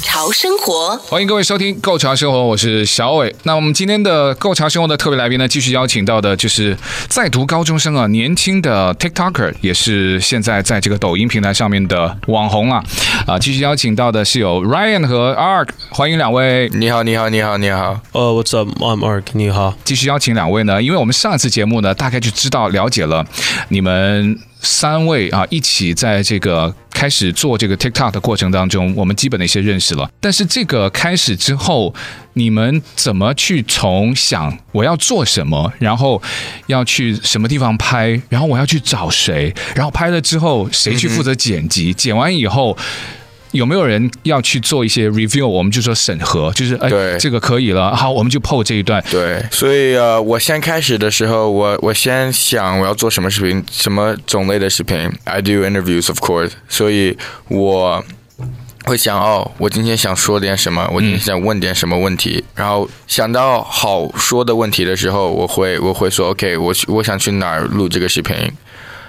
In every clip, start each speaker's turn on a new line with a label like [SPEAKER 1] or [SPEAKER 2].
[SPEAKER 1] 潮生活，
[SPEAKER 2] 欢迎各位收听《购潮生活》，我是小伟。那我们今天的《购潮生活》的特别来宾呢，继续邀请到的就是在读高中生啊，年轻的 TikToker，也是现在在这个抖音平台上面的网红啊。啊，继续邀请到的是有 Ryan 和 Ark，欢迎两位。
[SPEAKER 3] 你好，你好，你好，你好。
[SPEAKER 4] 呃、w h a t s up? I'm Ark。你好，
[SPEAKER 2] 继续邀请两位呢，因为我们上次节目呢，大概就知道了解了你们三位啊，一起在这个开始做这个 TikTok 的过程当中，我们基本的一些认识了。但是这个开始之后，你们怎么去从想我要做什么，然后要去什么地方拍，然后我要去找谁，然后拍了之后谁去负责剪辑，剪完以后。有没有人要去做一些 review？我们就说审核，就是哎
[SPEAKER 3] 对，
[SPEAKER 2] 这个可以了，好，我们就 PO 这一段。
[SPEAKER 3] 对，所以呃，我先开始的时候，我我先想我要做什么视频，什么种类的视频。I do interviews, of course，所以我会想哦，我今天想说点什么，我今天想问点什么问题，然后想到好说的问题的时候，我会我会说 OK，我去我想去哪儿录这个视频，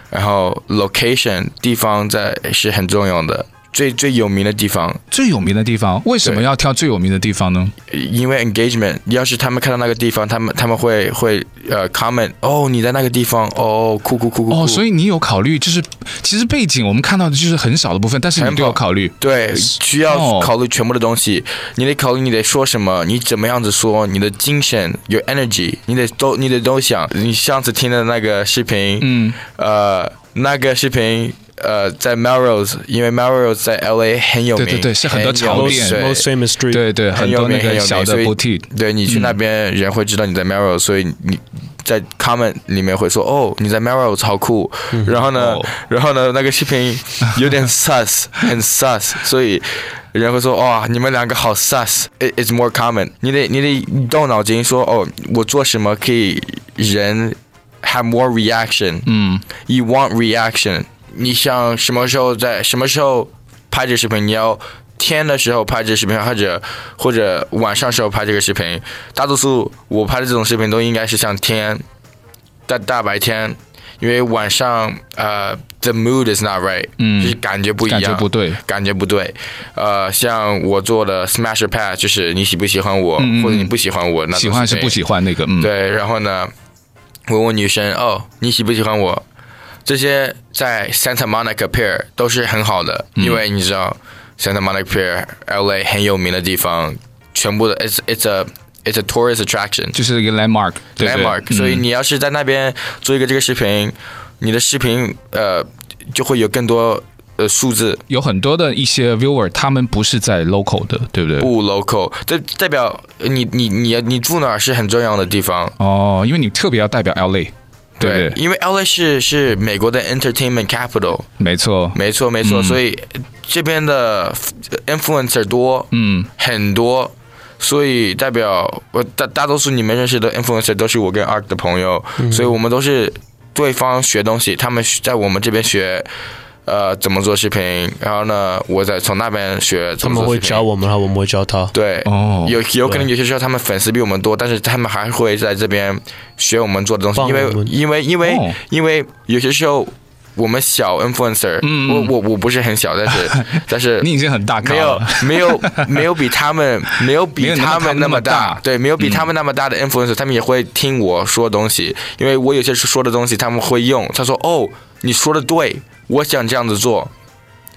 [SPEAKER 3] 然后 location 地方在是很重要的，最最有名的地方
[SPEAKER 2] 最有名的地方，为什么
[SPEAKER 3] 对
[SPEAKER 2] 要挑最有名的地方呢？
[SPEAKER 3] 因为 engagement，要是他们看到那个地方，他们他们会会呃 comment，哦，你在那个地方，哦，酷酷酷酷酷。
[SPEAKER 2] 哦，所
[SPEAKER 3] 以
[SPEAKER 2] 以你有考虑，就是其实背景我们看到的就是很少的部分，但是你都有考虑。
[SPEAKER 3] 对，需
[SPEAKER 2] 哦
[SPEAKER 3] 要考虑全部的东西，你得考虑你得说什么，你怎么样子说，你的精神，your energy，你得都你得都想。你上次听的那个视频，
[SPEAKER 2] 嗯，
[SPEAKER 3] 呃，那个视频。呃，在 Melrose，因为 Melrose 在 LA 很有名，
[SPEAKER 2] 对对对是很
[SPEAKER 3] 很
[SPEAKER 2] 多潮
[SPEAKER 3] 有名
[SPEAKER 2] 店
[SPEAKER 3] 对
[SPEAKER 4] most famous street。
[SPEAKER 2] 对对，很
[SPEAKER 3] 有
[SPEAKER 2] 多
[SPEAKER 3] 名
[SPEAKER 2] 那
[SPEAKER 3] 很
[SPEAKER 2] 个
[SPEAKER 3] 有名
[SPEAKER 2] 小的
[SPEAKER 3] 所以
[SPEAKER 2] boutique，嗯
[SPEAKER 3] 对你去那边人会知道你在 Merrill，、所以你在 comment 里面会说哦你在 Merrill 超酷，然后呢，
[SPEAKER 2] 哦
[SPEAKER 3] 然后呢那个视频有 点 sus，很 sus，所以。人会说哇、你们两个好 sus，it is more common 你。得你得动脑筋说哦，我做什么可以人 have more reaction。
[SPEAKER 2] 嗯，
[SPEAKER 3] you want reaction。你想什么时候在什么时候拍这视频？你要天的时候拍这视频，或者或者晚上时候拍这个视频。大多数我拍的这种视频都应该是像天，大大白天，因为晚上呃，the mood is not right，
[SPEAKER 2] 嗯
[SPEAKER 3] 就是感觉不一样，
[SPEAKER 2] 感觉不对，
[SPEAKER 3] 感觉不对。呃，像我做的 smash pad，就是你喜不喜欢我，
[SPEAKER 2] 嗯嗯嗯
[SPEAKER 3] 或者你不喜欢我，那种
[SPEAKER 2] 喜欢是
[SPEAKER 3] 视频
[SPEAKER 2] 不喜欢那个，嗯，，
[SPEAKER 3] 对，然后呢，我问女生哦，你喜不喜欢我？这些在 Santa Monica Pier 都是很好的，
[SPEAKER 2] 嗯
[SPEAKER 3] 因为你知道 Santa Monica Pier LA 很有名的地方，全部的 it's it's a it's a tourist attraction
[SPEAKER 2] 就是一个 landmark，对对
[SPEAKER 3] landmark，
[SPEAKER 2] 嗯
[SPEAKER 3] 所以你要是在那边做一个这个视频，你的视频呃就会有更多呃数字，
[SPEAKER 2] 有很多的一些 viewer，他们不是在 local 的，对不对？
[SPEAKER 3] 不 local，这代表你你你你住哪儿是很重要的地方，
[SPEAKER 2] 哦，因为你特别要代表 LA，对不对？
[SPEAKER 3] 因为 LA 是是美国的 entertainment capital。
[SPEAKER 2] 没错，
[SPEAKER 3] 没错，没
[SPEAKER 4] 嗯
[SPEAKER 3] 错，所以这边的 influencer 多，
[SPEAKER 2] 嗯，
[SPEAKER 3] 很多，所以代表我大大多数你们认识的 influencer 都是我跟 Art 的朋友，所以我们都是对方学东西，他们学在我们这边学。呃，怎么做视频？然后呢，我再从那边学
[SPEAKER 4] 他
[SPEAKER 3] 怎么
[SPEAKER 4] 们
[SPEAKER 3] 做
[SPEAKER 4] 会
[SPEAKER 3] 视频。
[SPEAKER 4] 教我们，然后我们会教他。
[SPEAKER 3] 对，
[SPEAKER 2] 哦
[SPEAKER 3] 有有可能有些时候他们粉丝比我们多，但是他们还会在这边学我们做的东西，
[SPEAKER 4] 帮
[SPEAKER 3] 因
[SPEAKER 4] 我
[SPEAKER 3] 为
[SPEAKER 4] 们
[SPEAKER 3] 因为因为、
[SPEAKER 2] 哦
[SPEAKER 3] 因为有些时候我们小 influencer，、
[SPEAKER 2] 嗯
[SPEAKER 3] 我我我不是很小，但是但是
[SPEAKER 2] 你已经很大咖
[SPEAKER 3] 没有
[SPEAKER 2] 了
[SPEAKER 3] 没有没有比 他们没
[SPEAKER 2] 没有
[SPEAKER 3] 有比
[SPEAKER 2] 你们
[SPEAKER 3] 他
[SPEAKER 2] 他们
[SPEAKER 3] 们
[SPEAKER 2] 那
[SPEAKER 3] 那
[SPEAKER 2] 么
[SPEAKER 3] 么
[SPEAKER 2] 大嗯
[SPEAKER 3] 对，没有比他们那么大的 influencer，、他们也会听我说东西，因为我有些说的东西他们会用，他说哦，你说的对，我想这样子做。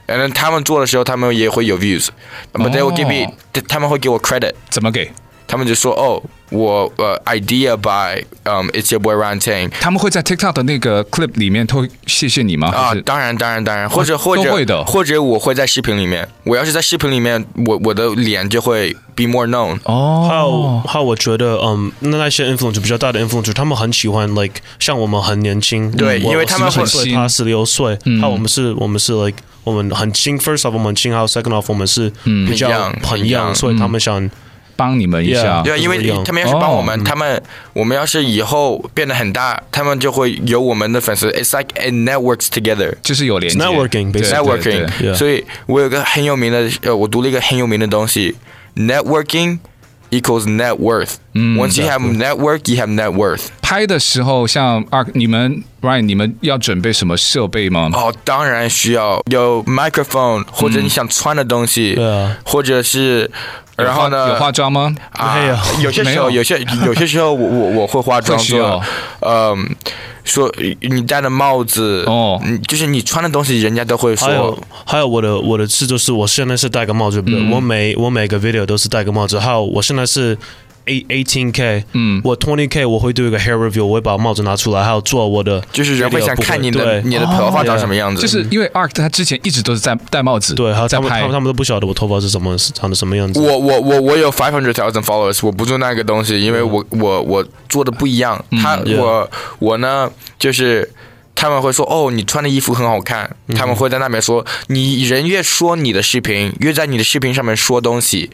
[SPEAKER 3] 然后他们做的时候，他们也会有 views，but they will give me，、他
[SPEAKER 2] 哦
[SPEAKER 3] 们会给我 credit，
[SPEAKER 2] 怎么给？
[SPEAKER 3] 他们就说哦，我呃 idea by，嗯、i t s your boy Ryan Tang
[SPEAKER 2] 他们会在 TikTok 的那个 clip 里面都谢谢你吗？
[SPEAKER 3] 啊
[SPEAKER 2] 还是，
[SPEAKER 3] 当然当然当然，或者或
[SPEAKER 2] 都
[SPEAKER 3] 者
[SPEAKER 2] 会的
[SPEAKER 3] 或者我会在视频里面，我要是在视频里面，我我的脸就会 be more known，
[SPEAKER 4] 还有
[SPEAKER 2] 哦，
[SPEAKER 4] 还有，我觉得，嗯，那那些 influencer 比较大的 influencer，他们很喜欢 like 像我们很年轻，
[SPEAKER 3] 对
[SPEAKER 4] 我
[SPEAKER 3] 因为他们
[SPEAKER 4] 我
[SPEAKER 3] 会
[SPEAKER 4] 18岁
[SPEAKER 2] 新
[SPEAKER 4] 他十六岁，还有我们是，我们是 like 我们很轻，first off 我们很轻，还有 second off 我们是比
[SPEAKER 3] 很
[SPEAKER 4] 较
[SPEAKER 3] young，很
[SPEAKER 4] 很 young，
[SPEAKER 3] young，
[SPEAKER 4] 所以他们想
[SPEAKER 2] 帮你们一下
[SPEAKER 4] Yeah.
[SPEAKER 3] 对啊，因
[SPEAKER 4] 不一
[SPEAKER 3] 为
[SPEAKER 4] 样
[SPEAKER 3] 他们要是帮我们，
[SPEAKER 2] 哦
[SPEAKER 3] 他们我们要是以后变得很大，他们就会有我们的粉丝。It's like it networks together。
[SPEAKER 2] 就是有连接
[SPEAKER 4] Networking，
[SPEAKER 2] 对对
[SPEAKER 4] basically
[SPEAKER 2] 对
[SPEAKER 3] networking，
[SPEAKER 4] 对 Yeah
[SPEAKER 3] 所以我有个很有名的，呃，我读了一个很有名的东西，networking equals net worth。Once you have network, you have net worth。
[SPEAKER 2] 拍的时候，像二你们 Ryan，你们要准备什么设备吗？
[SPEAKER 3] 哦，当然需要有 microphone，或者你想穿的东西，
[SPEAKER 4] 对啊
[SPEAKER 3] 或者是，
[SPEAKER 2] 有
[SPEAKER 3] 然
[SPEAKER 2] 化
[SPEAKER 3] 后呢
[SPEAKER 2] 有？化妆吗？
[SPEAKER 3] 啊
[SPEAKER 4] 没有，
[SPEAKER 3] 有些时候，
[SPEAKER 2] 哎没有
[SPEAKER 3] 有些有些时候我，我我会化妆
[SPEAKER 2] 会需
[SPEAKER 3] 做
[SPEAKER 2] 要，
[SPEAKER 3] 嗯，说你戴的帽子，
[SPEAKER 2] 哦哎
[SPEAKER 3] 你就是你穿的东西，人家都会
[SPEAKER 4] 还有
[SPEAKER 3] 说，
[SPEAKER 4] 还有我的我的制作是，我现在是戴个帽子，对不对？我每我每个 video 都是戴个帽子，还有我现在是 eight eighteen k，嗯，我 twenty k 我会对一个 hair review，我会把帽子拿出来，还有做我的 video 部分，
[SPEAKER 3] 就是人会想看你的
[SPEAKER 4] 对哦
[SPEAKER 3] 你的头
[SPEAKER 2] 哦
[SPEAKER 3] 发长什么样子，
[SPEAKER 2] 就是因为 Ark 他之前一直都是在戴帽子，
[SPEAKER 4] 对，还有
[SPEAKER 2] 在
[SPEAKER 4] 他们他
[SPEAKER 2] 拍
[SPEAKER 4] 们他们都不晓得我头发是什么是长得什么样子。
[SPEAKER 3] 我我我我有 five hundred thousand followers，我不做那个东西，因为我我我做的不一样。他
[SPEAKER 4] 嗯 yeah
[SPEAKER 3] 我我呢，就是他们会说哦，你穿的衣服很好看，
[SPEAKER 4] 嗯
[SPEAKER 3] 他们会在那边说，你人越说你的视频，越在你的视频上面说东西，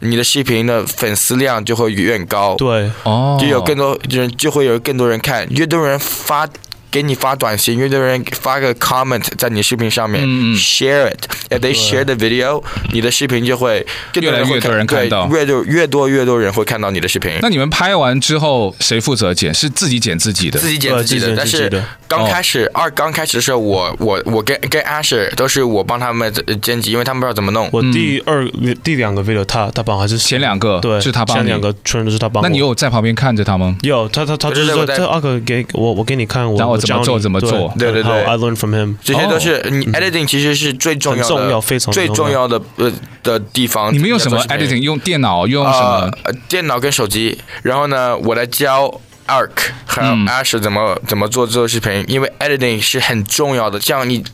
[SPEAKER 3] 你的视频的粉丝量就会越高，
[SPEAKER 4] 对，
[SPEAKER 2] 哦，
[SPEAKER 3] 就有更多人就会有更多人看，越多人发。给你发短信，越多人发个 comment 在你视频上面、
[SPEAKER 2] 嗯嗯
[SPEAKER 3] share it。If they share the video，你的视频就会更
[SPEAKER 2] 越来越
[SPEAKER 3] 会
[SPEAKER 2] 多人看
[SPEAKER 3] 对
[SPEAKER 2] 到
[SPEAKER 3] 越多越多越多人会看到你的视频。
[SPEAKER 2] 那你们拍完之后谁负责剪？是自己剪自己的？
[SPEAKER 3] 自己剪自己的，
[SPEAKER 4] 对
[SPEAKER 3] 但
[SPEAKER 4] 自己剪
[SPEAKER 2] 呃
[SPEAKER 3] 是
[SPEAKER 4] 自己的
[SPEAKER 3] 刚开始、二刚开始的时候，我我我跟跟 Asher 都是我帮他们呃剪辑，因为他们不知道怎么弄。
[SPEAKER 4] 我第二第两个 video 他他帮还是
[SPEAKER 2] 前两个
[SPEAKER 4] 对
[SPEAKER 2] 是他帮
[SPEAKER 4] 前
[SPEAKER 2] 你
[SPEAKER 4] 两个全都是他帮我。
[SPEAKER 2] 那你有在旁边看着他吗？
[SPEAKER 4] 有他他他
[SPEAKER 3] 对
[SPEAKER 4] 就是
[SPEAKER 3] 对
[SPEAKER 4] 说
[SPEAKER 3] 我在
[SPEAKER 4] 这二哥给我我给你看，我
[SPEAKER 2] 然后
[SPEAKER 4] 我
[SPEAKER 2] 怎么
[SPEAKER 4] 教
[SPEAKER 2] 做
[SPEAKER 4] 你
[SPEAKER 2] 怎么做
[SPEAKER 3] 对对
[SPEAKER 4] 然后
[SPEAKER 3] 对
[SPEAKER 4] ，I learn from him。
[SPEAKER 3] 这些都是、
[SPEAKER 2] 哦
[SPEAKER 3] 你 editing 其实是最重要的，
[SPEAKER 4] 很重要非常
[SPEAKER 3] 最
[SPEAKER 4] 重
[SPEAKER 3] 重
[SPEAKER 4] 要
[SPEAKER 3] 要的呃的地方。
[SPEAKER 2] 你们用什么
[SPEAKER 3] 要做视频
[SPEAKER 2] editing？用电脑？用什
[SPEAKER 3] 啊，
[SPEAKER 2] 么？
[SPEAKER 3] 呃电脑跟手机。然后呢，我来教 Arc 还有
[SPEAKER 2] 嗯
[SPEAKER 3] Ash 怎么、怎么做做视频，因为 editing 是很重要的。像你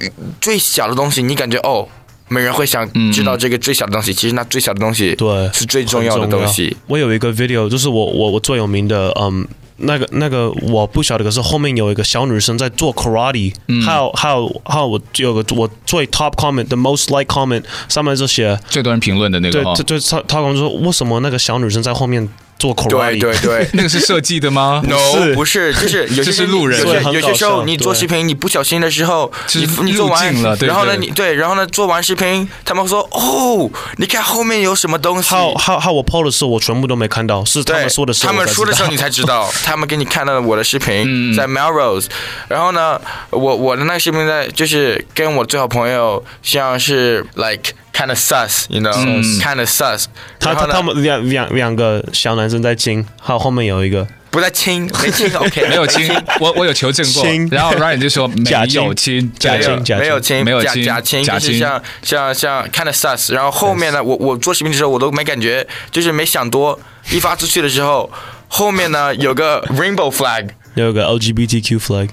[SPEAKER 3] 呃最小的东西，你感觉哦，没人会想知
[SPEAKER 2] 嗯
[SPEAKER 3] 道这个最小的东西，其实那最小的东西
[SPEAKER 4] 对
[SPEAKER 3] 是最重要的
[SPEAKER 4] 很重
[SPEAKER 3] 东西。。
[SPEAKER 4] 我有一个 video，就是我我我最有名的，嗯，那个那个我不晓得，可是后面有一个小女生在做 karate，、还
[SPEAKER 3] 嗯
[SPEAKER 4] 有还有还有我有个我最 top comment，the most like comment 上面就写，
[SPEAKER 2] 最多人评论的那
[SPEAKER 4] 对
[SPEAKER 2] 个哈
[SPEAKER 3] 哦
[SPEAKER 4] 对，对，他他跟我说为什么那个小女生在后面做
[SPEAKER 3] 对
[SPEAKER 4] karate，
[SPEAKER 3] 对对
[SPEAKER 2] 那个是设计的 吗？
[SPEAKER 3] ，no 不是，就是有
[SPEAKER 2] 这
[SPEAKER 3] 些
[SPEAKER 2] 是路人
[SPEAKER 3] 有
[SPEAKER 4] 对
[SPEAKER 3] 些
[SPEAKER 4] 很
[SPEAKER 3] 有
[SPEAKER 4] 搞
[SPEAKER 3] 些时候
[SPEAKER 4] 笑
[SPEAKER 3] 你做
[SPEAKER 4] 对
[SPEAKER 3] 视频，你不小心的时候，你
[SPEAKER 2] 就是
[SPEAKER 3] 你做完
[SPEAKER 2] 入镜了对
[SPEAKER 3] 然后呢
[SPEAKER 2] 对
[SPEAKER 3] 你对，然后呢做完视频，他们说哦，你看后面有什么东西，
[SPEAKER 4] 还有还有还有我 PO 的时候我全部都没看到，是他
[SPEAKER 3] 对，
[SPEAKER 4] 们说的时候
[SPEAKER 3] 他
[SPEAKER 4] 我才
[SPEAKER 3] 们
[SPEAKER 4] 知道，嗯
[SPEAKER 3] 说的时候 你才知道，他们给你看到我的视频在 Melrose，然后呢，我我的那个视频在就是跟我最好朋友像是 like kind of sus，you know，kind of sus，
[SPEAKER 4] 嗯他
[SPEAKER 3] 然
[SPEAKER 4] 他
[SPEAKER 3] 后
[SPEAKER 4] 他
[SPEAKER 3] 呢
[SPEAKER 4] 们两两两个小男生在亲，还有后面有一个
[SPEAKER 3] 不再亲，没亲 ，OK，
[SPEAKER 2] 没有亲，我我有求证过
[SPEAKER 4] 亲，
[SPEAKER 2] 然后 Ryan 就说没
[SPEAKER 4] 假
[SPEAKER 2] 有
[SPEAKER 4] 亲
[SPEAKER 2] 亲，
[SPEAKER 4] 假
[SPEAKER 2] 对
[SPEAKER 4] 亲假
[SPEAKER 3] 没有亲，
[SPEAKER 2] 没有
[SPEAKER 3] 假
[SPEAKER 2] 亲
[SPEAKER 3] 假亲，
[SPEAKER 2] 假
[SPEAKER 3] 就
[SPEAKER 2] 亲
[SPEAKER 3] 是像像像 kind of sus。然后后面呢，我我做视频的时候我都没感觉，就是没想多。一发出去的时候，后面呢有个 rainbow flag，
[SPEAKER 4] 有一个 LGBTQ flag，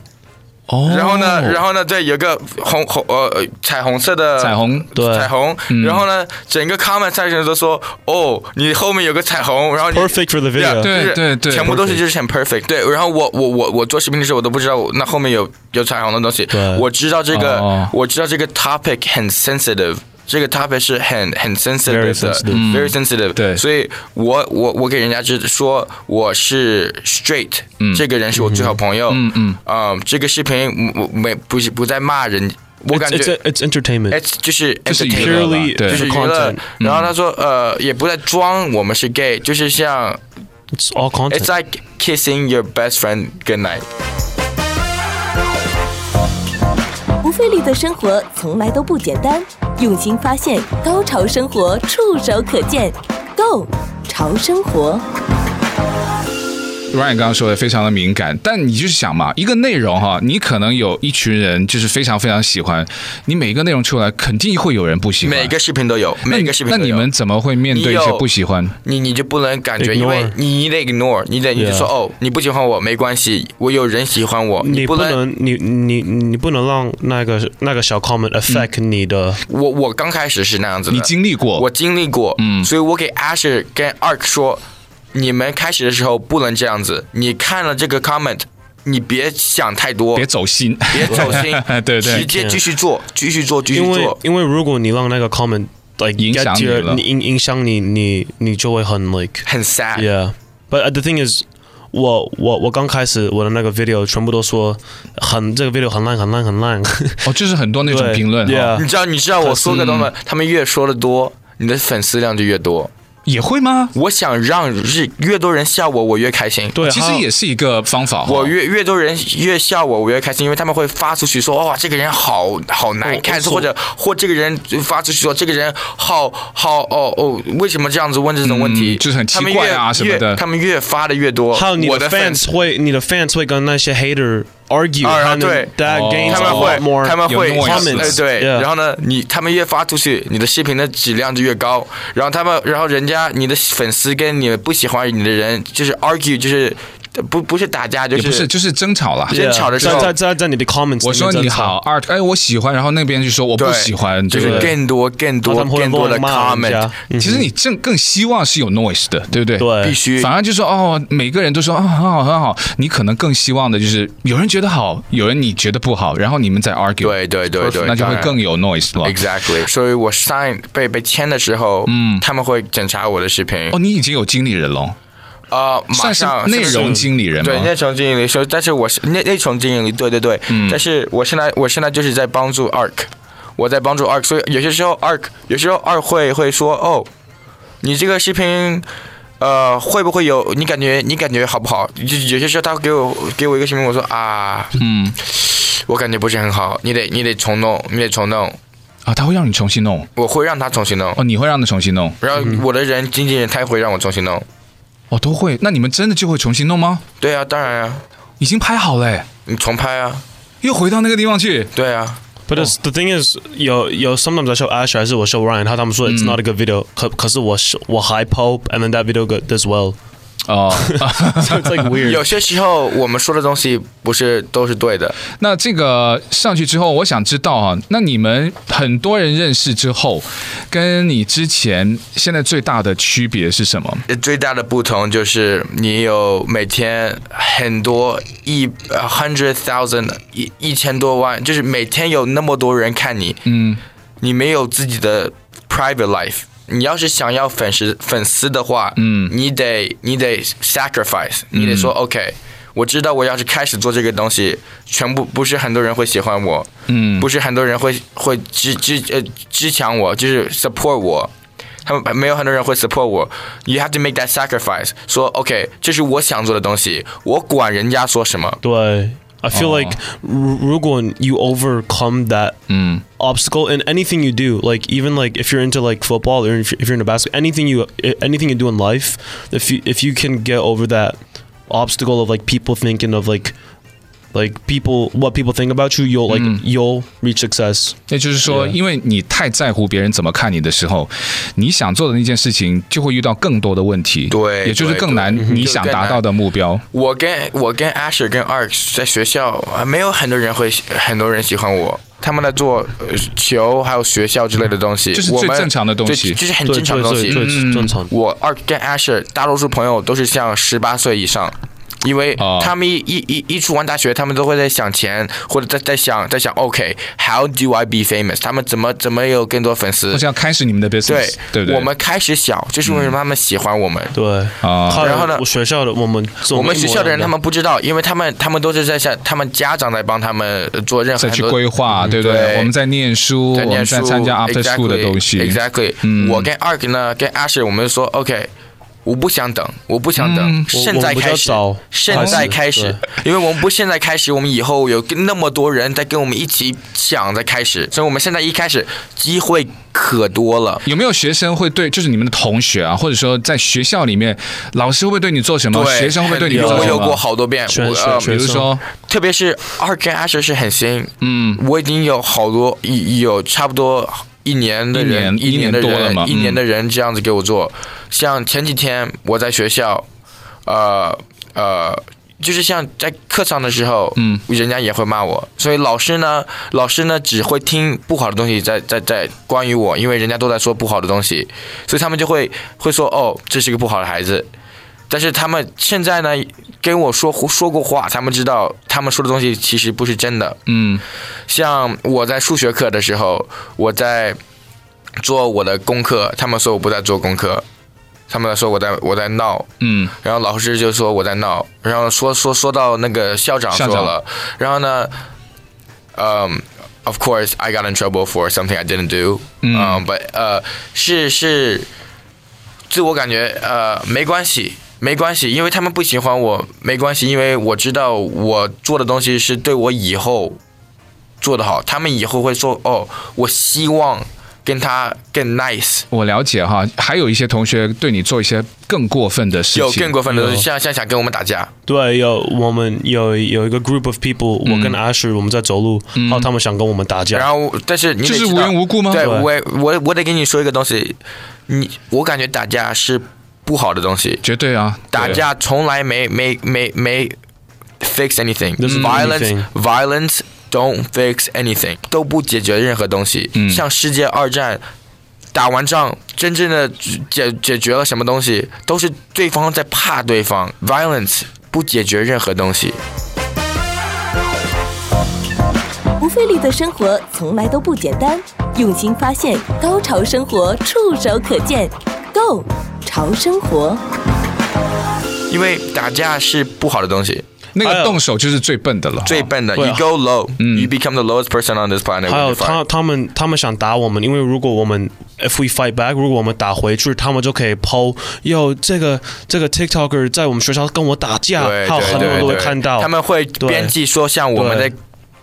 [SPEAKER 2] 哦，
[SPEAKER 3] 然后呢，然后呢，对，有个红红呃呃彩虹色的
[SPEAKER 2] 彩虹嗯
[SPEAKER 4] 对
[SPEAKER 3] 彩虹。然后呢，整个 comment section 都说哦，你后面有个彩虹，然后你
[SPEAKER 4] Perfect for the
[SPEAKER 3] 对啊
[SPEAKER 4] video
[SPEAKER 3] 就是
[SPEAKER 2] 对对对
[SPEAKER 3] 全部都是就是很 perfect。对，然后我我我我做视频的时候，我都不知道我那后面有有彩虹的东西
[SPEAKER 4] 对。
[SPEAKER 3] 我知道这个
[SPEAKER 2] 哦，
[SPEAKER 3] 我知道这个 topic 很 sensitive。这个 topic 是很很 sensitive 的
[SPEAKER 4] Very sensitive 嗯
[SPEAKER 3] very sensitive，
[SPEAKER 2] 对
[SPEAKER 3] 所以我我我给人家就说我是 straight，这个人是我最好朋友，嗯嗯，啊，这个视频我我没不是不在骂人，我感
[SPEAKER 4] It's-
[SPEAKER 3] 觉
[SPEAKER 4] it's it's entertainment.
[SPEAKER 3] it's 就是
[SPEAKER 2] 就是娱
[SPEAKER 3] entertainment
[SPEAKER 2] 乐了
[SPEAKER 4] Purely
[SPEAKER 2] 对
[SPEAKER 3] 就是娱
[SPEAKER 4] for
[SPEAKER 3] 乐
[SPEAKER 4] content.，
[SPEAKER 3] 然后他说呃也不在装我们是 gay，就是像
[SPEAKER 4] It's all content.
[SPEAKER 3] It's like kissing your best friend goodnight。
[SPEAKER 1] 不费力的生活从来都不简单，用心发现，高潮生活触手可见 g o 潮生活。
[SPEAKER 2] Ryan 刚刚说的非常的敏感，但你就是想嘛，一个内容哈，你可能有一群人就是非常非常喜欢，你每一个内容出来，肯定会有人不喜欢。
[SPEAKER 3] 每个视频都有，
[SPEAKER 2] 那
[SPEAKER 3] 每
[SPEAKER 2] 你
[SPEAKER 3] 个视频
[SPEAKER 2] 那
[SPEAKER 3] 都有。
[SPEAKER 2] 你们怎么会面对一
[SPEAKER 3] 你
[SPEAKER 2] 些
[SPEAKER 3] 有
[SPEAKER 2] 不喜欢？
[SPEAKER 3] 你你就不能感觉，
[SPEAKER 4] Ignore
[SPEAKER 3] 因为你你得 ignore，你得你就
[SPEAKER 4] Yeah
[SPEAKER 3] 说哦，你不喜欢我没关系，我有人喜欢我，
[SPEAKER 4] 你
[SPEAKER 3] 不
[SPEAKER 4] 不
[SPEAKER 3] 能。
[SPEAKER 4] 能，你你你不能让那个那个小 comment affect 你的。
[SPEAKER 3] 我我刚开始是那样子的，
[SPEAKER 2] 你经历过嗯
[SPEAKER 3] 我经历过，所以我给 Asher 跟 Ark 说，你们开始的时候不能这样子。你看了这个 comment，你别想太多，
[SPEAKER 2] 别走心，
[SPEAKER 3] 别走心
[SPEAKER 2] ，对对
[SPEAKER 3] 直接继续做，继续做，继续
[SPEAKER 4] 因为
[SPEAKER 3] 做。
[SPEAKER 4] 因为如果你让那个 comment like
[SPEAKER 2] 影响
[SPEAKER 4] get to
[SPEAKER 2] 你了。
[SPEAKER 4] your 你-影-影响你，你-你就会很 like
[SPEAKER 3] 很 sad。
[SPEAKER 4] Yeah, but uh, the thing is, 我我我刚开始我的那个 video 全部都说很这个 video 很烂很烂很烂，
[SPEAKER 2] 哦，就是很多那种
[SPEAKER 4] 对
[SPEAKER 2] 评论哈，
[SPEAKER 4] ，Yeah，
[SPEAKER 3] 你知道，你知道我说个东西，他们越说的多，你的粉丝量就越多。
[SPEAKER 2] 也会吗？
[SPEAKER 3] 我想让日越多人笑我，我越开心。
[SPEAKER 4] 对，
[SPEAKER 2] 其
[SPEAKER 4] 还
[SPEAKER 2] 实
[SPEAKER 4] 有
[SPEAKER 2] 也是一个方法哈。
[SPEAKER 3] 我越越多人越笑我，我越开心，因为他们会发出去说哇，这个人好好
[SPEAKER 2] 哦
[SPEAKER 3] 难看，
[SPEAKER 4] 我我
[SPEAKER 3] 或者或这个人发出去说这个人好好哦哦，为什么这样子问这种问题？
[SPEAKER 2] 嗯就是很奇
[SPEAKER 3] 他们
[SPEAKER 2] 怪
[SPEAKER 3] 越
[SPEAKER 2] 啊什么
[SPEAKER 3] 越
[SPEAKER 2] 的
[SPEAKER 3] 他们越发的越多，
[SPEAKER 4] 还有你
[SPEAKER 3] 我
[SPEAKER 4] 的
[SPEAKER 3] 粉
[SPEAKER 4] fans 会你的 fans 会跟那些 hater argue，
[SPEAKER 3] 啊
[SPEAKER 4] 他们
[SPEAKER 3] 对
[SPEAKER 4] that
[SPEAKER 2] 哦
[SPEAKER 4] gains
[SPEAKER 3] 他
[SPEAKER 4] a
[SPEAKER 3] 们
[SPEAKER 4] lot
[SPEAKER 3] 会，
[SPEAKER 4] more，
[SPEAKER 3] 他们
[SPEAKER 2] 有
[SPEAKER 3] 会
[SPEAKER 2] noise
[SPEAKER 3] 哎对，
[SPEAKER 4] Yeah
[SPEAKER 3] 然后呢，你他们越发出去，你的视频的质量就越高，然后他们，然后人家你的粉丝跟你不喜欢你的人就是 argue，就是不不是打架，就
[SPEAKER 2] 也不是，
[SPEAKER 3] 是
[SPEAKER 2] 就是争吵啦。
[SPEAKER 3] Yeah 争吵的时候
[SPEAKER 4] 在在在在你的 comments，
[SPEAKER 2] 我说
[SPEAKER 4] 里面
[SPEAKER 2] 你
[SPEAKER 4] 争吵
[SPEAKER 2] 好，二哎，我喜欢，然后那边就说我不
[SPEAKER 3] 对
[SPEAKER 2] 喜欢，
[SPEAKER 3] 就
[SPEAKER 2] 对不
[SPEAKER 3] 是嗯
[SPEAKER 2] 对
[SPEAKER 3] 更多更
[SPEAKER 4] 然后
[SPEAKER 3] 多
[SPEAKER 4] 他们会
[SPEAKER 3] 更多的
[SPEAKER 4] 骂人家
[SPEAKER 3] comment，
[SPEAKER 2] 其实你正更希望是有 noise 的，对不对？。
[SPEAKER 3] 必
[SPEAKER 4] 对，
[SPEAKER 3] 须
[SPEAKER 2] 反而就说哦，每个人都说啊、很好很好，你可能更希望的就是有人觉得好，有人你觉得不好，然后你们再 argue，
[SPEAKER 3] 对对对对，
[SPEAKER 2] 那就会
[SPEAKER 3] 当然
[SPEAKER 2] 更有 noise 了。
[SPEAKER 3] exactly。所以我 sign 被被签的时候，嗯，他们会检查我的视频
[SPEAKER 2] 哦，，你已经有经理人了，
[SPEAKER 3] 啊，马
[SPEAKER 2] 哦算是
[SPEAKER 3] 上
[SPEAKER 2] 内
[SPEAKER 3] 是不是
[SPEAKER 2] 容经理人吗？
[SPEAKER 3] 对，内容经理说，但是我是内内容经理，对对对，
[SPEAKER 2] 嗯
[SPEAKER 3] 但是我现在我现在就是在帮助 ARK，我在帮助 ARK，所以有些时候 ARK，有时候 ARK 会会说，哦，你这个视频。呃，会不会有你感觉？你感觉好不好？就有些时候他会给我给我一个视频，我说啊，
[SPEAKER 2] 嗯，
[SPEAKER 3] 我感觉不是很好，你得你得重弄，你得重弄。
[SPEAKER 2] 啊，他会让你重新弄
[SPEAKER 3] 我会让他重新弄，
[SPEAKER 2] 哦，你会让他重新弄
[SPEAKER 3] 然后我的人经纪人他会让我重新弄。
[SPEAKER 2] 哦，都会。那你们真的就会重新弄吗？
[SPEAKER 3] 对啊，当然啊，
[SPEAKER 2] 已经拍好嘞，
[SPEAKER 3] 你重拍啊，
[SPEAKER 2] 又回到那个地方去。
[SPEAKER 3] 对啊，
[SPEAKER 4] But it's, the thing is, 有有 sometimes I show Ash 还是我 show Ryan，他他们说 it's not a good video，、可可是我是我 hype hope and then that video good does well.
[SPEAKER 2] 哦，
[SPEAKER 4] So it's like
[SPEAKER 2] 嗯
[SPEAKER 4] weird.
[SPEAKER 3] 有些时候我们说的东西不是都是对的，
[SPEAKER 2] 那这个上去之后，我想知道啊，那你们很多人认识之后，跟你之前现在最大的区别是什么？
[SPEAKER 3] 呃最大的不同就是你有每天很多一呃 hundred thousand 一一千多万，就是每天有那么多人看你，
[SPEAKER 2] 嗯，
[SPEAKER 3] 你没有自己的 private life。你要是想要粉丝粉丝的话，嗯，你得你得 sacrifice，你得说、OK。我知道，我要是开始做这个东西，全部不是很多人会喜欢我，嗯，不是很多人会会支支呃支强我，就是 support 我，他们没有很多人会 support 我。You have to make that sacrifice，说 OK，这是我想做的东西，我管人家说什么，
[SPEAKER 4] 对，I feel like 如如果 you overcome that obstacle in anything you do, like even like if you're into like football or if if you're into basketball, anything you anything you do in life, if you if you can get over that obstacle of like people thinking of like like people what people think about you, you'll like you'll reach success.
[SPEAKER 2] 也就是说，因为你太在乎别人怎么看你的时候，你想做的那件事情就会遇到更多的问题，
[SPEAKER 3] 对
[SPEAKER 2] 也就是
[SPEAKER 3] 对
[SPEAKER 2] 更难
[SPEAKER 3] 对嗯
[SPEAKER 2] 你想达到的目标。
[SPEAKER 3] 我跟我跟 Asher 跟 Ark 在学校啊没有很多人会很多人喜欢我，他们在做呃球还有学校之类的东西，
[SPEAKER 2] 这是
[SPEAKER 3] 我们
[SPEAKER 2] 最正常的东西
[SPEAKER 3] 对就是很
[SPEAKER 4] 对
[SPEAKER 3] 正常的东
[SPEAKER 4] 对
[SPEAKER 3] 西。
[SPEAKER 4] 对对，正常。
[SPEAKER 3] 我 Ark 跟 Asher 大多数朋友都是像十八岁以上。因为
[SPEAKER 2] 哦
[SPEAKER 3] 他们一一一一出完大学，他们都会在想钱，或者在在想在想，OK，how、do I be famous？他们怎么怎么有更多粉丝
[SPEAKER 2] 或？者要开始你们的 business，对不对？
[SPEAKER 3] 我们开始小，这是为什么他们喜欢我们。
[SPEAKER 4] 对
[SPEAKER 2] 啊
[SPEAKER 4] 还有
[SPEAKER 3] 然后呢
[SPEAKER 4] 我学校的我们
[SPEAKER 3] 我们学校的人他
[SPEAKER 4] 们
[SPEAKER 3] 们不知道，因为他们他们都是在向他们家长在帮他们呃做任何
[SPEAKER 2] 再去
[SPEAKER 3] 很多嗯
[SPEAKER 2] 规划，对不
[SPEAKER 3] 对
[SPEAKER 2] 我们在念书，
[SPEAKER 3] 在
[SPEAKER 2] 我们
[SPEAKER 3] 念
[SPEAKER 2] 在
[SPEAKER 3] 书，
[SPEAKER 2] 参加 after school 的东西嗯
[SPEAKER 3] Exactly，, exactly、我跟 Ark 呢，跟 Asher，我们说 OK。我不想等，我不想等，
[SPEAKER 2] 嗯
[SPEAKER 3] 现在开始
[SPEAKER 4] 我我们比较早，
[SPEAKER 3] 现在开始，因为我们不现在开始，我们以后有跟那么多人在跟我们一起想在开始，所以我们现在一开始机会可多了。
[SPEAKER 2] 有没有学生会对，就是你们的同学啊，或者说在学校里面，老师会不会对你做什么？
[SPEAKER 3] 对，
[SPEAKER 2] 哦学生会不会对你
[SPEAKER 3] 有
[SPEAKER 2] 做
[SPEAKER 3] 我
[SPEAKER 2] 什
[SPEAKER 3] 有
[SPEAKER 2] 么？
[SPEAKER 3] 过好多遍，
[SPEAKER 4] 全
[SPEAKER 3] 我
[SPEAKER 4] 是
[SPEAKER 3] 呃
[SPEAKER 2] 比如说，
[SPEAKER 3] 特别是二跟阿蛇是很新，嗯，我已经有好多有差不多一年的人，
[SPEAKER 2] 一年
[SPEAKER 3] 一的
[SPEAKER 2] 一年多了
[SPEAKER 3] 人
[SPEAKER 2] 嘛，嗯
[SPEAKER 3] 一年的人这样子给我做。像前几天我在学校，呃呃。就是像在课上的时候，嗯，人家也会骂我，所以老师呢，老师呢只会听不好的东西在在在关于我，因为人家都在说不好的东西，所以他们就会会说哦，这是一个不好的孩子，但是他们现在呢，跟我说说过话，他们知道他们说的东西其实不是真的。
[SPEAKER 2] 嗯，
[SPEAKER 3] 像我在数学课的时候，我在做我的功课，他们说我不在做功课，他们说我在我在闹，
[SPEAKER 2] 嗯，
[SPEAKER 3] 然后老师就说我在闹，然后说说说到那个校长说
[SPEAKER 2] 校长
[SPEAKER 3] 了，然后呢，嗯、o f course I got in trouble for something I didn't do，
[SPEAKER 2] 嗯
[SPEAKER 3] ，but 呃是是，自我感觉呃没关系。没关系，因为他们不喜欢我，没关系，因为我知道我做的东西是对我以后做得好，他们以后会说哦，我希望跟他更 nice，
[SPEAKER 2] 我了解哈，还有一些同学对你做一些更过分的事情，嗯
[SPEAKER 3] 有更过分的东西，
[SPEAKER 4] 有
[SPEAKER 3] 像像想跟我们打架，
[SPEAKER 4] 对，有我们有有一个 group of people，、我跟 Asher 我们在走路，然后他们想跟我们打架，
[SPEAKER 3] 然后，但是你得
[SPEAKER 2] 就是
[SPEAKER 3] 知
[SPEAKER 2] 无
[SPEAKER 3] 道
[SPEAKER 2] 缘无故吗
[SPEAKER 3] 对，
[SPEAKER 4] 对
[SPEAKER 3] 我我我得跟你说一个东西，你我感觉打架是不好的东西，
[SPEAKER 2] 绝对啊，
[SPEAKER 3] 打
[SPEAKER 2] 对
[SPEAKER 3] 架从来没没没没 fix anything。
[SPEAKER 4] Doesn't do
[SPEAKER 3] Violence
[SPEAKER 4] anything.
[SPEAKER 3] violence don't fix anything，都不解决任何东西。
[SPEAKER 2] 嗯
[SPEAKER 3] 像世界二战。打完仗，真正的解解决了什么东西，都是对方在怕对方。Violence 不解决任何东西。
[SPEAKER 1] 不费力的生活从来都不简单，用心发现，高潮生活触手可见 Go 潮生活。
[SPEAKER 3] 因为打架是不好的东西，
[SPEAKER 2] 那
[SPEAKER 4] 还
[SPEAKER 2] 个
[SPEAKER 4] 有
[SPEAKER 2] 动手就是最笨的了，
[SPEAKER 3] 最笨的。
[SPEAKER 4] 对
[SPEAKER 3] You
[SPEAKER 4] 啊
[SPEAKER 3] go low, you become the lowest person on this planet.
[SPEAKER 4] 还
[SPEAKER 3] when
[SPEAKER 4] 有
[SPEAKER 3] you
[SPEAKER 4] 他
[SPEAKER 3] fight.
[SPEAKER 4] 他们他们想打我们，因为如果我们 if we fight back，如果我们打回去，他们就可以抛哟这个这个 TikToker 在我们学校跟我打架，
[SPEAKER 3] 对
[SPEAKER 4] 还有
[SPEAKER 3] 对
[SPEAKER 4] 很多人都
[SPEAKER 3] 对
[SPEAKER 4] 会
[SPEAKER 3] 对，
[SPEAKER 4] 看到
[SPEAKER 3] 他。们会编辑说像我们
[SPEAKER 4] 对
[SPEAKER 3] 在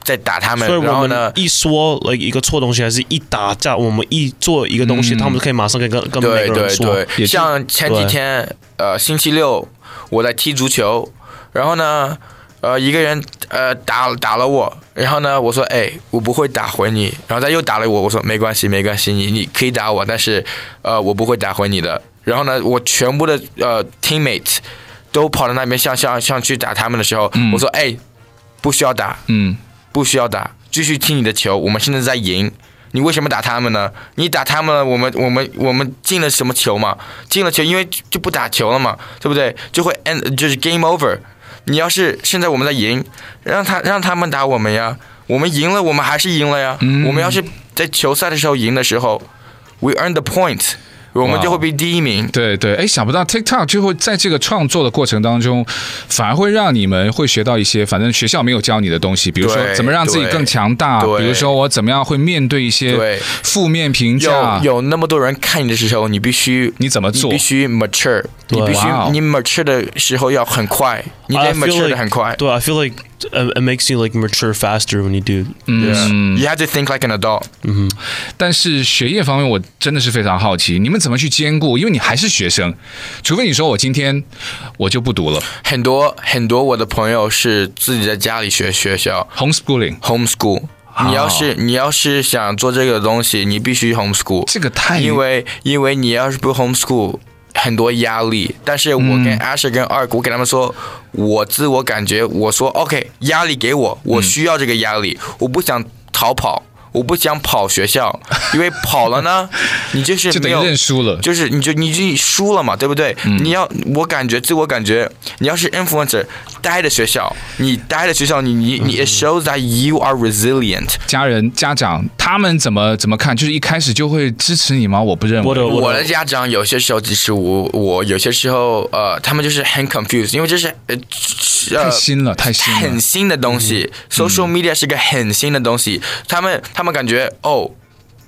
[SPEAKER 3] 在打他们
[SPEAKER 4] 所以，
[SPEAKER 3] 然
[SPEAKER 4] 我
[SPEAKER 3] 后
[SPEAKER 4] 们
[SPEAKER 3] 呢，
[SPEAKER 4] 一说了一个错东西，还是一打架，我们一做一个东西，他们可以马上跟跟跟每
[SPEAKER 3] 嗯对
[SPEAKER 4] 个
[SPEAKER 3] 对
[SPEAKER 4] 人说。
[SPEAKER 2] 也是
[SPEAKER 3] 对，像前几天呃星期六我在踢足球，然后呢呃一个人呃打打了我，然后呢我说哎我不会打回你，然后他又打了我，我说没关系没关系，你你可以打我，但是呃我不会打回你的。然后呢我全部的呃 teammates 都跑到那边像像像去打他们的时候，
[SPEAKER 4] 嗯
[SPEAKER 3] 我说哎不需要打，
[SPEAKER 2] 嗯，
[SPEAKER 3] 不需要打，继续踢你的球。我们现在在赢，你为什么打他们呢？你打他们了，我们我们我们进了什么球嘛？进了球，因为就就不打球了嘛，对不对？就会 end 就是 game over。你要是现在我们在赢，让他让他们打我们呀，我们赢了，我们还是赢了呀。
[SPEAKER 2] 嗯
[SPEAKER 3] 我们要是在球赛的时候赢的时候，we earn the point，我们
[SPEAKER 2] 哇
[SPEAKER 3] 就会被第一名。
[SPEAKER 2] 对对，哎，想不到 TikTok 就会在这个创作的过程当中，反而会让你们会学到一些反正学校没有教你的东西，比如说
[SPEAKER 3] 对
[SPEAKER 2] 怎么让自己
[SPEAKER 3] 对
[SPEAKER 2] 更强大，
[SPEAKER 3] 对
[SPEAKER 2] 比如说我怎么样会面对一些
[SPEAKER 3] 对
[SPEAKER 2] 负面评价
[SPEAKER 3] 有，有那么多人看你的时候，你必须
[SPEAKER 2] 啊你
[SPEAKER 4] 啊
[SPEAKER 2] 怎么做
[SPEAKER 3] 你必须 mature，你必须
[SPEAKER 2] 哇哦
[SPEAKER 3] 你 mature 的时候要很快，你得
[SPEAKER 4] I feel
[SPEAKER 3] mature 的
[SPEAKER 4] like-
[SPEAKER 3] 很快。
[SPEAKER 4] 对，I feel like uh, it makes you like mature faster when you do this.
[SPEAKER 3] You have to think like an adult。
[SPEAKER 2] 但是学业方面，我真的是非常好奇，你们怎么去兼顾？因为你还是学生，除非你说我今天我就不读了
[SPEAKER 3] 很多很多我的朋友是自己在家里学学校
[SPEAKER 2] ，homeschooling。
[SPEAKER 3] homeschool。你要是你要是想做这个东西，你必须 homeschool。
[SPEAKER 2] 这个太
[SPEAKER 3] 因为因为你要是不 homeschool，很多压力。但是我跟
[SPEAKER 2] 嗯
[SPEAKER 3] Asher 跟 Ark，我给他们说，我自我感觉，我说 OK，压力给我，我需要这个压力，我不想逃跑。我不想跑学校，因为跑 了呢，你就是
[SPEAKER 2] 就等
[SPEAKER 3] 没
[SPEAKER 2] 于
[SPEAKER 3] 有
[SPEAKER 2] 认输了
[SPEAKER 3] 就是你就你就输了嘛，对不对？你要我感觉自我感觉，你要是 influencer，待的学校，你待的学校，你你你 it shows that you are resilient，
[SPEAKER 2] 家人、家长他们怎么怎么看？就是一开始就会支持你吗？我不认为。
[SPEAKER 4] 我的
[SPEAKER 3] 我
[SPEAKER 4] 我
[SPEAKER 3] 的
[SPEAKER 4] 的
[SPEAKER 3] 家长有些时候支持我，我有些时候呃，他们就是很 confused，因为这是呃
[SPEAKER 2] 太
[SPEAKER 3] 呃
[SPEAKER 2] 新了，太新了嗯
[SPEAKER 3] 很。新的东西、s o c i a l media 是个很新的东西，他们他们感觉哦。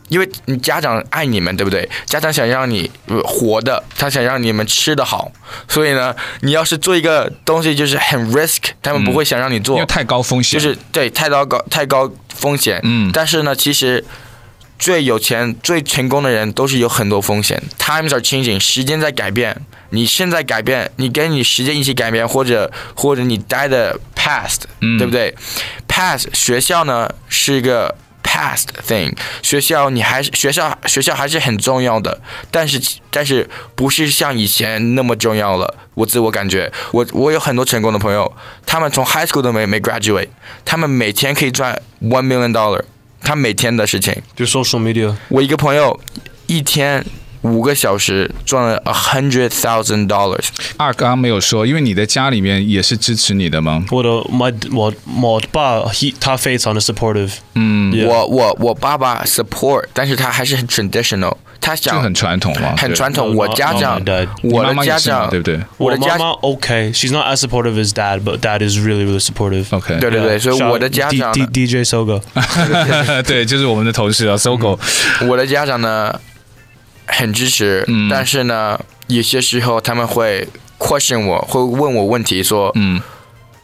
[SPEAKER 3] 因为你家长爱你们，对不对？家长想让你呃活的，他想让你们吃的好，所以呢，你要是做一个东西就是很 risk，他们不会想让你
[SPEAKER 2] 嗯
[SPEAKER 3] 做，
[SPEAKER 2] 因为太高风险，
[SPEAKER 3] 就是对太高高太高风险。
[SPEAKER 2] 嗯
[SPEAKER 3] 但是呢，其实最有钱、最成功的人都是有很多风险。Times are changing，时间在改变。你现在改变，你跟你时间一起改变，或者或者你待的 past，、对不对？past 学校呢是一个 past thing，学校你还是学校学校还是很重要的，但是但是不是像以前那么重要了。我自我感觉，我我有很多成功的朋友，他们从 high school 都没没 graduate，他们每天可以赚 one million dollar，他每天的事情。
[SPEAKER 4] 就 social media，
[SPEAKER 3] 我一个朋友一天五个小时赚了 a hundred thousand dollars。
[SPEAKER 2] 二刚刚没有说，因为你的家里面也是支持你的吗？
[SPEAKER 4] 我的我我我爸 he 他非常的 supportive，嗯，
[SPEAKER 3] 我我我爸爸 support，但是他还是很 traditional，他
[SPEAKER 2] 就
[SPEAKER 3] 想
[SPEAKER 2] 很传统嘛，
[SPEAKER 3] 很
[SPEAKER 2] 对
[SPEAKER 3] 传
[SPEAKER 4] 我
[SPEAKER 3] 统。我家长
[SPEAKER 4] my dad，，
[SPEAKER 2] 你
[SPEAKER 3] 我
[SPEAKER 2] 妈妈
[SPEAKER 3] 的
[SPEAKER 2] 也
[SPEAKER 3] 家
[SPEAKER 2] 是嘛
[SPEAKER 3] 长，
[SPEAKER 2] 对不对？
[SPEAKER 3] 我
[SPEAKER 4] 我
[SPEAKER 3] 的家
[SPEAKER 4] 妈妈 OK，she's not as supportive as dad, but dad is really really supportive.
[SPEAKER 2] OK，
[SPEAKER 3] 对对对，所以我的家
[SPEAKER 4] D-
[SPEAKER 3] 长
[SPEAKER 4] D D J Soga，
[SPEAKER 2] 对，就是我们的同事啊，搜狗，
[SPEAKER 3] 我的家长呢很支持，
[SPEAKER 2] 嗯
[SPEAKER 3] 但是呢，有些时候他们会 question 我，会问我问题，说，
[SPEAKER 2] 嗯，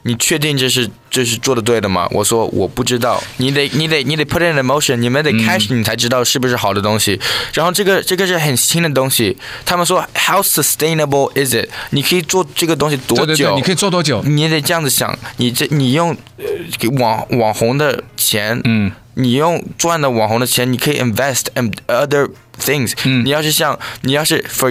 [SPEAKER 3] 你确定这是这是做的对的吗？我说我不知道，你得你得你得 put it in motion，你们
[SPEAKER 2] 嗯
[SPEAKER 3] 得开始你才知道是不是好的东西。然后这个这个是很新的东西，他们说 how sustainable is it？你可以做这个东西多
[SPEAKER 2] 对
[SPEAKER 3] 久？
[SPEAKER 2] 对对，你可以做多久？
[SPEAKER 3] 你也得这样子想，你这你用呃给网网红的钱，
[SPEAKER 2] 嗯，
[SPEAKER 3] 你用赚的网红的钱，你可以 invest in other things。你
[SPEAKER 2] 嗯
[SPEAKER 3] 要是像你要是 for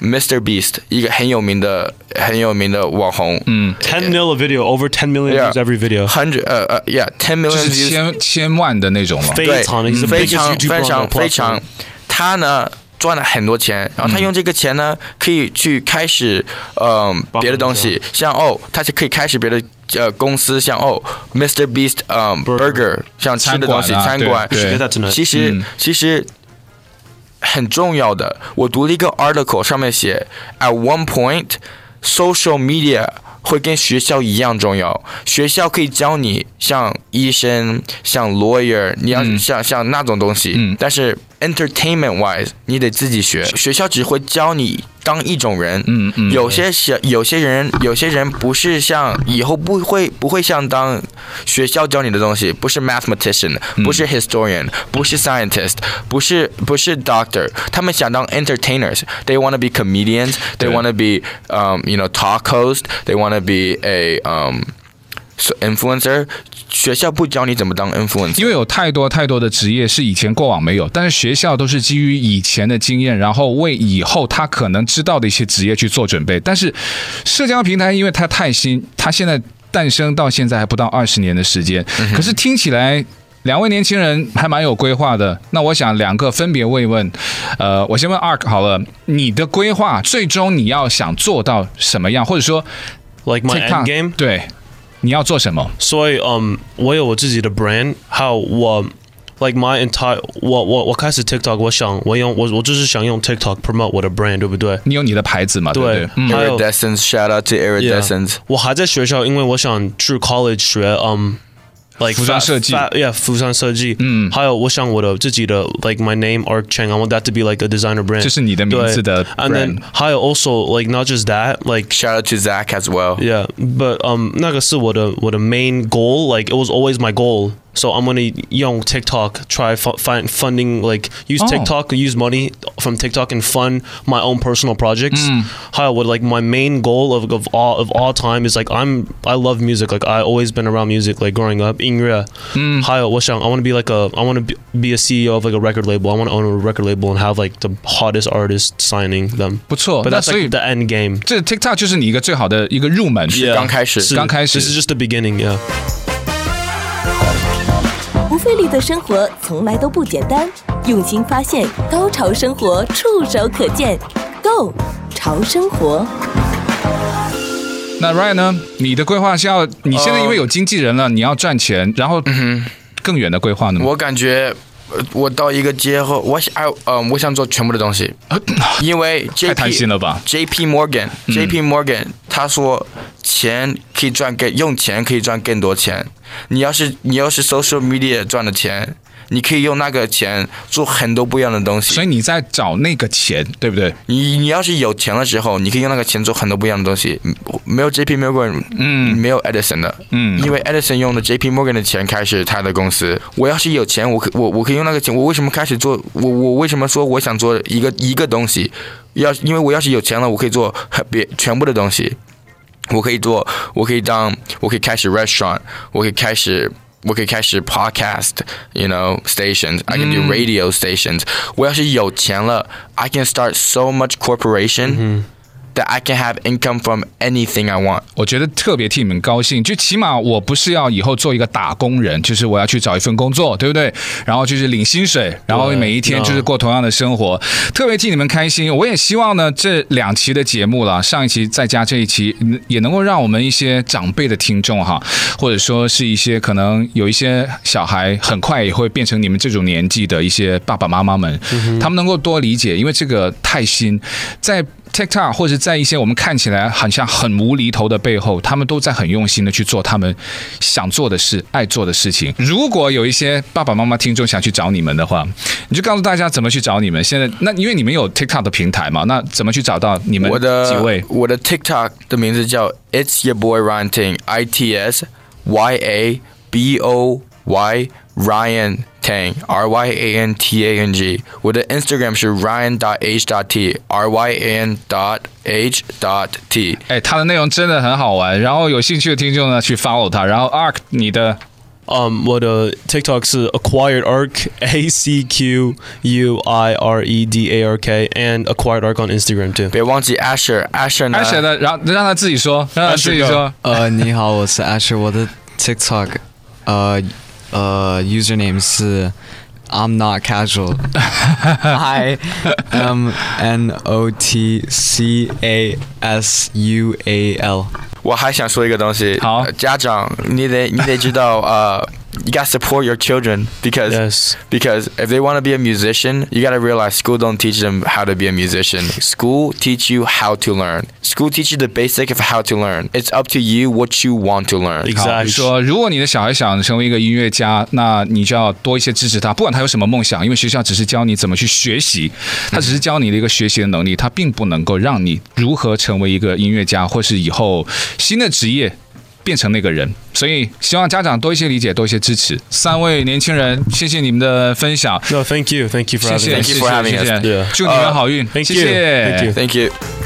[SPEAKER 3] example，Mr Beast 一个很有名的很有名的网红，嗯
[SPEAKER 4] ten mil a video, over ten million
[SPEAKER 3] Yeah.
[SPEAKER 4] views every video.
[SPEAKER 3] ，hundred 呃呃 yeah，ten
[SPEAKER 2] 就
[SPEAKER 3] million
[SPEAKER 2] 是
[SPEAKER 3] views，
[SPEAKER 2] 千千万的那种嘛。
[SPEAKER 4] 非
[SPEAKER 3] 对，
[SPEAKER 4] 常的，he's the
[SPEAKER 3] 非
[SPEAKER 4] biggest
[SPEAKER 3] 常
[SPEAKER 4] YouTuber
[SPEAKER 3] 非
[SPEAKER 4] on
[SPEAKER 3] 常
[SPEAKER 4] the
[SPEAKER 3] 非常
[SPEAKER 4] platform.，
[SPEAKER 3] 他呢赚了很多钱，然后他用这个钱呢，可以去开始嗯、
[SPEAKER 4] 帮
[SPEAKER 3] 别的东西，像哦，他是可以开始别的。呃，公司像哦，Mr. Beast，嗯、
[SPEAKER 4] Burger
[SPEAKER 3] burger，像吃
[SPEAKER 2] 餐
[SPEAKER 3] 的
[SPEAKER 2] 馆
[SPEAKER 3] 东西，
[SPEAKER 2] 啊
[SPEAKER 3] 餐
[SPEAKER 2] 对
[SPEAKER 3] 馆，
[SPEAKER 2] 对
[SPEAKER 4] Get that tonight.
[SPEAKER 3] 其实、其实很重要的。我读了一个 article，上面写，at one point，social media 会跟学校一样重要。学校可以教你像医生、像 lawyer，你要像、像那种东西，但是 entertainment wise，你得自己学。学校只会教你。当一种人，嗯嗯，有些小有些人，有些人不是像以后不会不会像当学校教你的东西，不是 mathematician，不
[SPEAKER 4] 嗯
[SPEAKER 3] 是 historian，、不是 scientist，不是不是 doctor，他们想当 entertainers，they want to be comedians，they want to be um you know talk host，they want to be a um so- influencer。学校不教你怎么当 influencer，
[SPEAKER 2] 因为有太多太多的职业是以前过往没有，但是学校都是基于以前的经验，然后为以后他可能知道的一些职业去做准备。但是社交平台，因为它太新，它现在诞生到现在还不到二十年的时间，
[SPEAKER 4] 嗯
[SPEAKER 2] 可是听起来。两位年轻人还蛮有规划的，那我想两个分别问一问，呃，我先问 Ark 好了，你的规划最终你要想做到什么样，或者说
[SPEAKER 4] Like my
[SPEAKER 2] TikTok
[SPEAKER 4] end game.
[SPEAKER 2] 对，你要做什么？
[SPEAKER 4] 所以，嗯、我有我自己的 brand，还有我，like my entire，我我我开始 TikTok，我想我用我我就是想用 TikTok promote 我的 brand，对不对？
[SPEAKER 2] 你有你的牌子嘛？对不对
[SPEAKER 4] 对？，还有
[SPEAKER 3] iridescence，shout out to iridescence。
[SPEAKER 4] 我还在学校，因为我想去 college 学，嗯、like
[SPEAKER 2] 服装设计
[SPEAKER 4] fa- fa-，yeah，服装设计，嗯，还有我想我的自己的，like my name Art Chang，I want that to be like a designer brand，
[SPEAKER 2] 这是你的名字的
[SPEAKER 4] 对 and then
[SPEAKER 2] brand
[SPEAKER 4] 还有 also like not just that，like
[SPEAKER 3] Shout out to Zach as well.
[SPEAKER 4] Yeah, but um, 那个是我的我的 main goal. Like it was always my goal. So I'm gonna young TikTok try fu- find funding like use
[SPEAKER 2] Oh.
[SPEAKER 4] TikTok use money from TikTok and fund my own personal projects. How would like my main goal of, of all of all time is like I'm I love music. Like I always been around music. Like growing up, 音乐. How I want to be like a I want to be, be a CEO of like a record label. I want to own a record label and have like the hottest artists signing them.
[SPEAKER 2] 不错，
[SPEAKER 4] But that's
[SPEAKER 2] 那所以-
[SPEAKER 4] like the end game.
[SPEAKER 2] 这 TikTok 就是你一个最好的一个入门，
[SPEAKER 3] 是刚开始，
[SPEAKER 4] 是
[SPEAKER 2] 刚开始
[SPEAKER 4] This is just the beginning. Yeah.
[SPEAKER 1] 不费力的生活从来都不简单，用心发现，高潮生活触手可见 g o 潮生活。
[SPEAKER 2] 那 Ryan 呢？你的规划是要你现在因为有经纪人了，你要赚钱，然后更远的规划呢？
[SPEAKER 3] 嗯我感觉呃我到一个街后，我想，哎，嗯，我想做全部的东西，因为 JP
[SPEAKER 2] 太贪心了吧嗯
[SPEAKER 3] ？JP Morgan、JP Morgan 他说钱可以赚更，用钱可以赚更多钱。你要是你要是 social media 赚的钱，你可以用那个钱做很多不一样的东西。
[SPEAKER 2] 所以你在找那个钱，对不对？
[SPEAKER 3] 你你要是有钱了之后，你可以用那个钱做很多不一样的东西。嗯没有 JP Morgan，嗯，没有 Edison 的，嗯，因为 Edison 用的 JP Morgan 的钱开始他的公司。我要是有钱，我可我我可以用那个钱。我为什么开始做？我我为什么说我想做一个一个东西？要因为我要是有钱了，我可以做很别全部的东西。我可以做，我可以当，我可以开始 restaurant，我可以开始，我可以开始 podcast，you know stations，I can do radio stations、我要是有钱了，I can start so much corporation、 that I can have income from anything I want.
[SPEAKER 2] 我觉得特别替你们高兴，就起码我不是要以后做一个打工人，就是我要去找一份工作，对不对？然后就是领薪水，然后每一天就是过同样的生活，特别替你们开心。我也希望呢，这两期的节目了，上一期再加这一期，嗯也能够让我们一些长辈的听众哈，或者说是一些可能有一些小孩很快也会变成你们这种年纪的一些爸爸妈妈们，他们能够多理解，因为这个太新，在 TikTok 或者在一些我们看起来好像很无厘头的背后，他们都在很用心的去做他们想做的事、爱做的事情。如果有一些爸爸妈妈听众想去找你们的话，你就告诉大家怎么去找你们。现在那因为你们有 TikTok 的平台嘛，那怎么去找到你们
[SPEAKER 3] 我的
[SPEAKER 2] 几位？
[SPEAKER 3] 我的 TikTok 的名字叫 It's Your Boy Ryan Tang，I T S Y A B O Y Ryan Tang R Y A N T A N G。我的 Instagram 是 Ryan dot H dot T R Y A N dot H dot T。
[SPEAKER 2] 哎，他的内容真的很好玩，然后有兴趣的听众呢去 follow 他。然后 Ark，你的
[SPEAKER 4] Um, what uh, TikTok 是 acquired arc A C Q U I R E D A R K and acquired arc on Instagram too.
[SPEAKER 3] 别忘记 Asher Asher 呢
[SPEAKER 2] 安雪的，然后让他自己说，让他自己说。
[SPEAKER 5] 呃，Uh, 你好，我是 Asher，我的 TikTok，呃呃，username 是 I'm not casual，I M N O T C A S U A L。
[SPEAKER 3] 我还想说一个东西，
[SPEAKER 2] 好
[SPEAKER 3] 呃家长你得你 得知道呃。You uh, gotta support your children because
[SPEAKER 4] Yes.
[SPEAKER 3] because if they want to be a musician, you gotta realize school don't teach them how to be a musician. School teach you how to learn. School teach you the basic of how to learn. It's up to you what you want to learn.
[SPEAKER 2] 好，
[SPEAKER 4] Exactly.
[SPEAKER 2] 啊说如果你的小孩想成为一个音乐家，那你就要多一些支持他，不管他有什么梦想，因为学校只是教你怎么去学习，他只是教你的一个学习的能力，他并不能够让你如何成为一个音乐家，或是以后新的职业。变成那个人，所以希望家长多一些理解，多一些支持。三位年轻人，谢谢你们的分享，
[SPEAKER 4] No, thank you. Thank you for
[SPEAKER 2] 谢谢，
[SPEAKER 4] having us.
[SPEAKER 2] 谢
[SPEAKER 3] you for
[SPEAKER 2] 谢，
[SPEAKER 3] having us.
[SPEAKER 2] 谢谢
[SPEAKER 4] Yeah.
[SPEAKER 2] 祝你们好运，
[SPEAKER 4] Uh， Thank
[SPEAKER 2] 谢
[SPEAKER 4] you.
[SPEAKER 2] 谢
[SPEAKER 4] Thank you.
[SPEAKER 3] Thank you.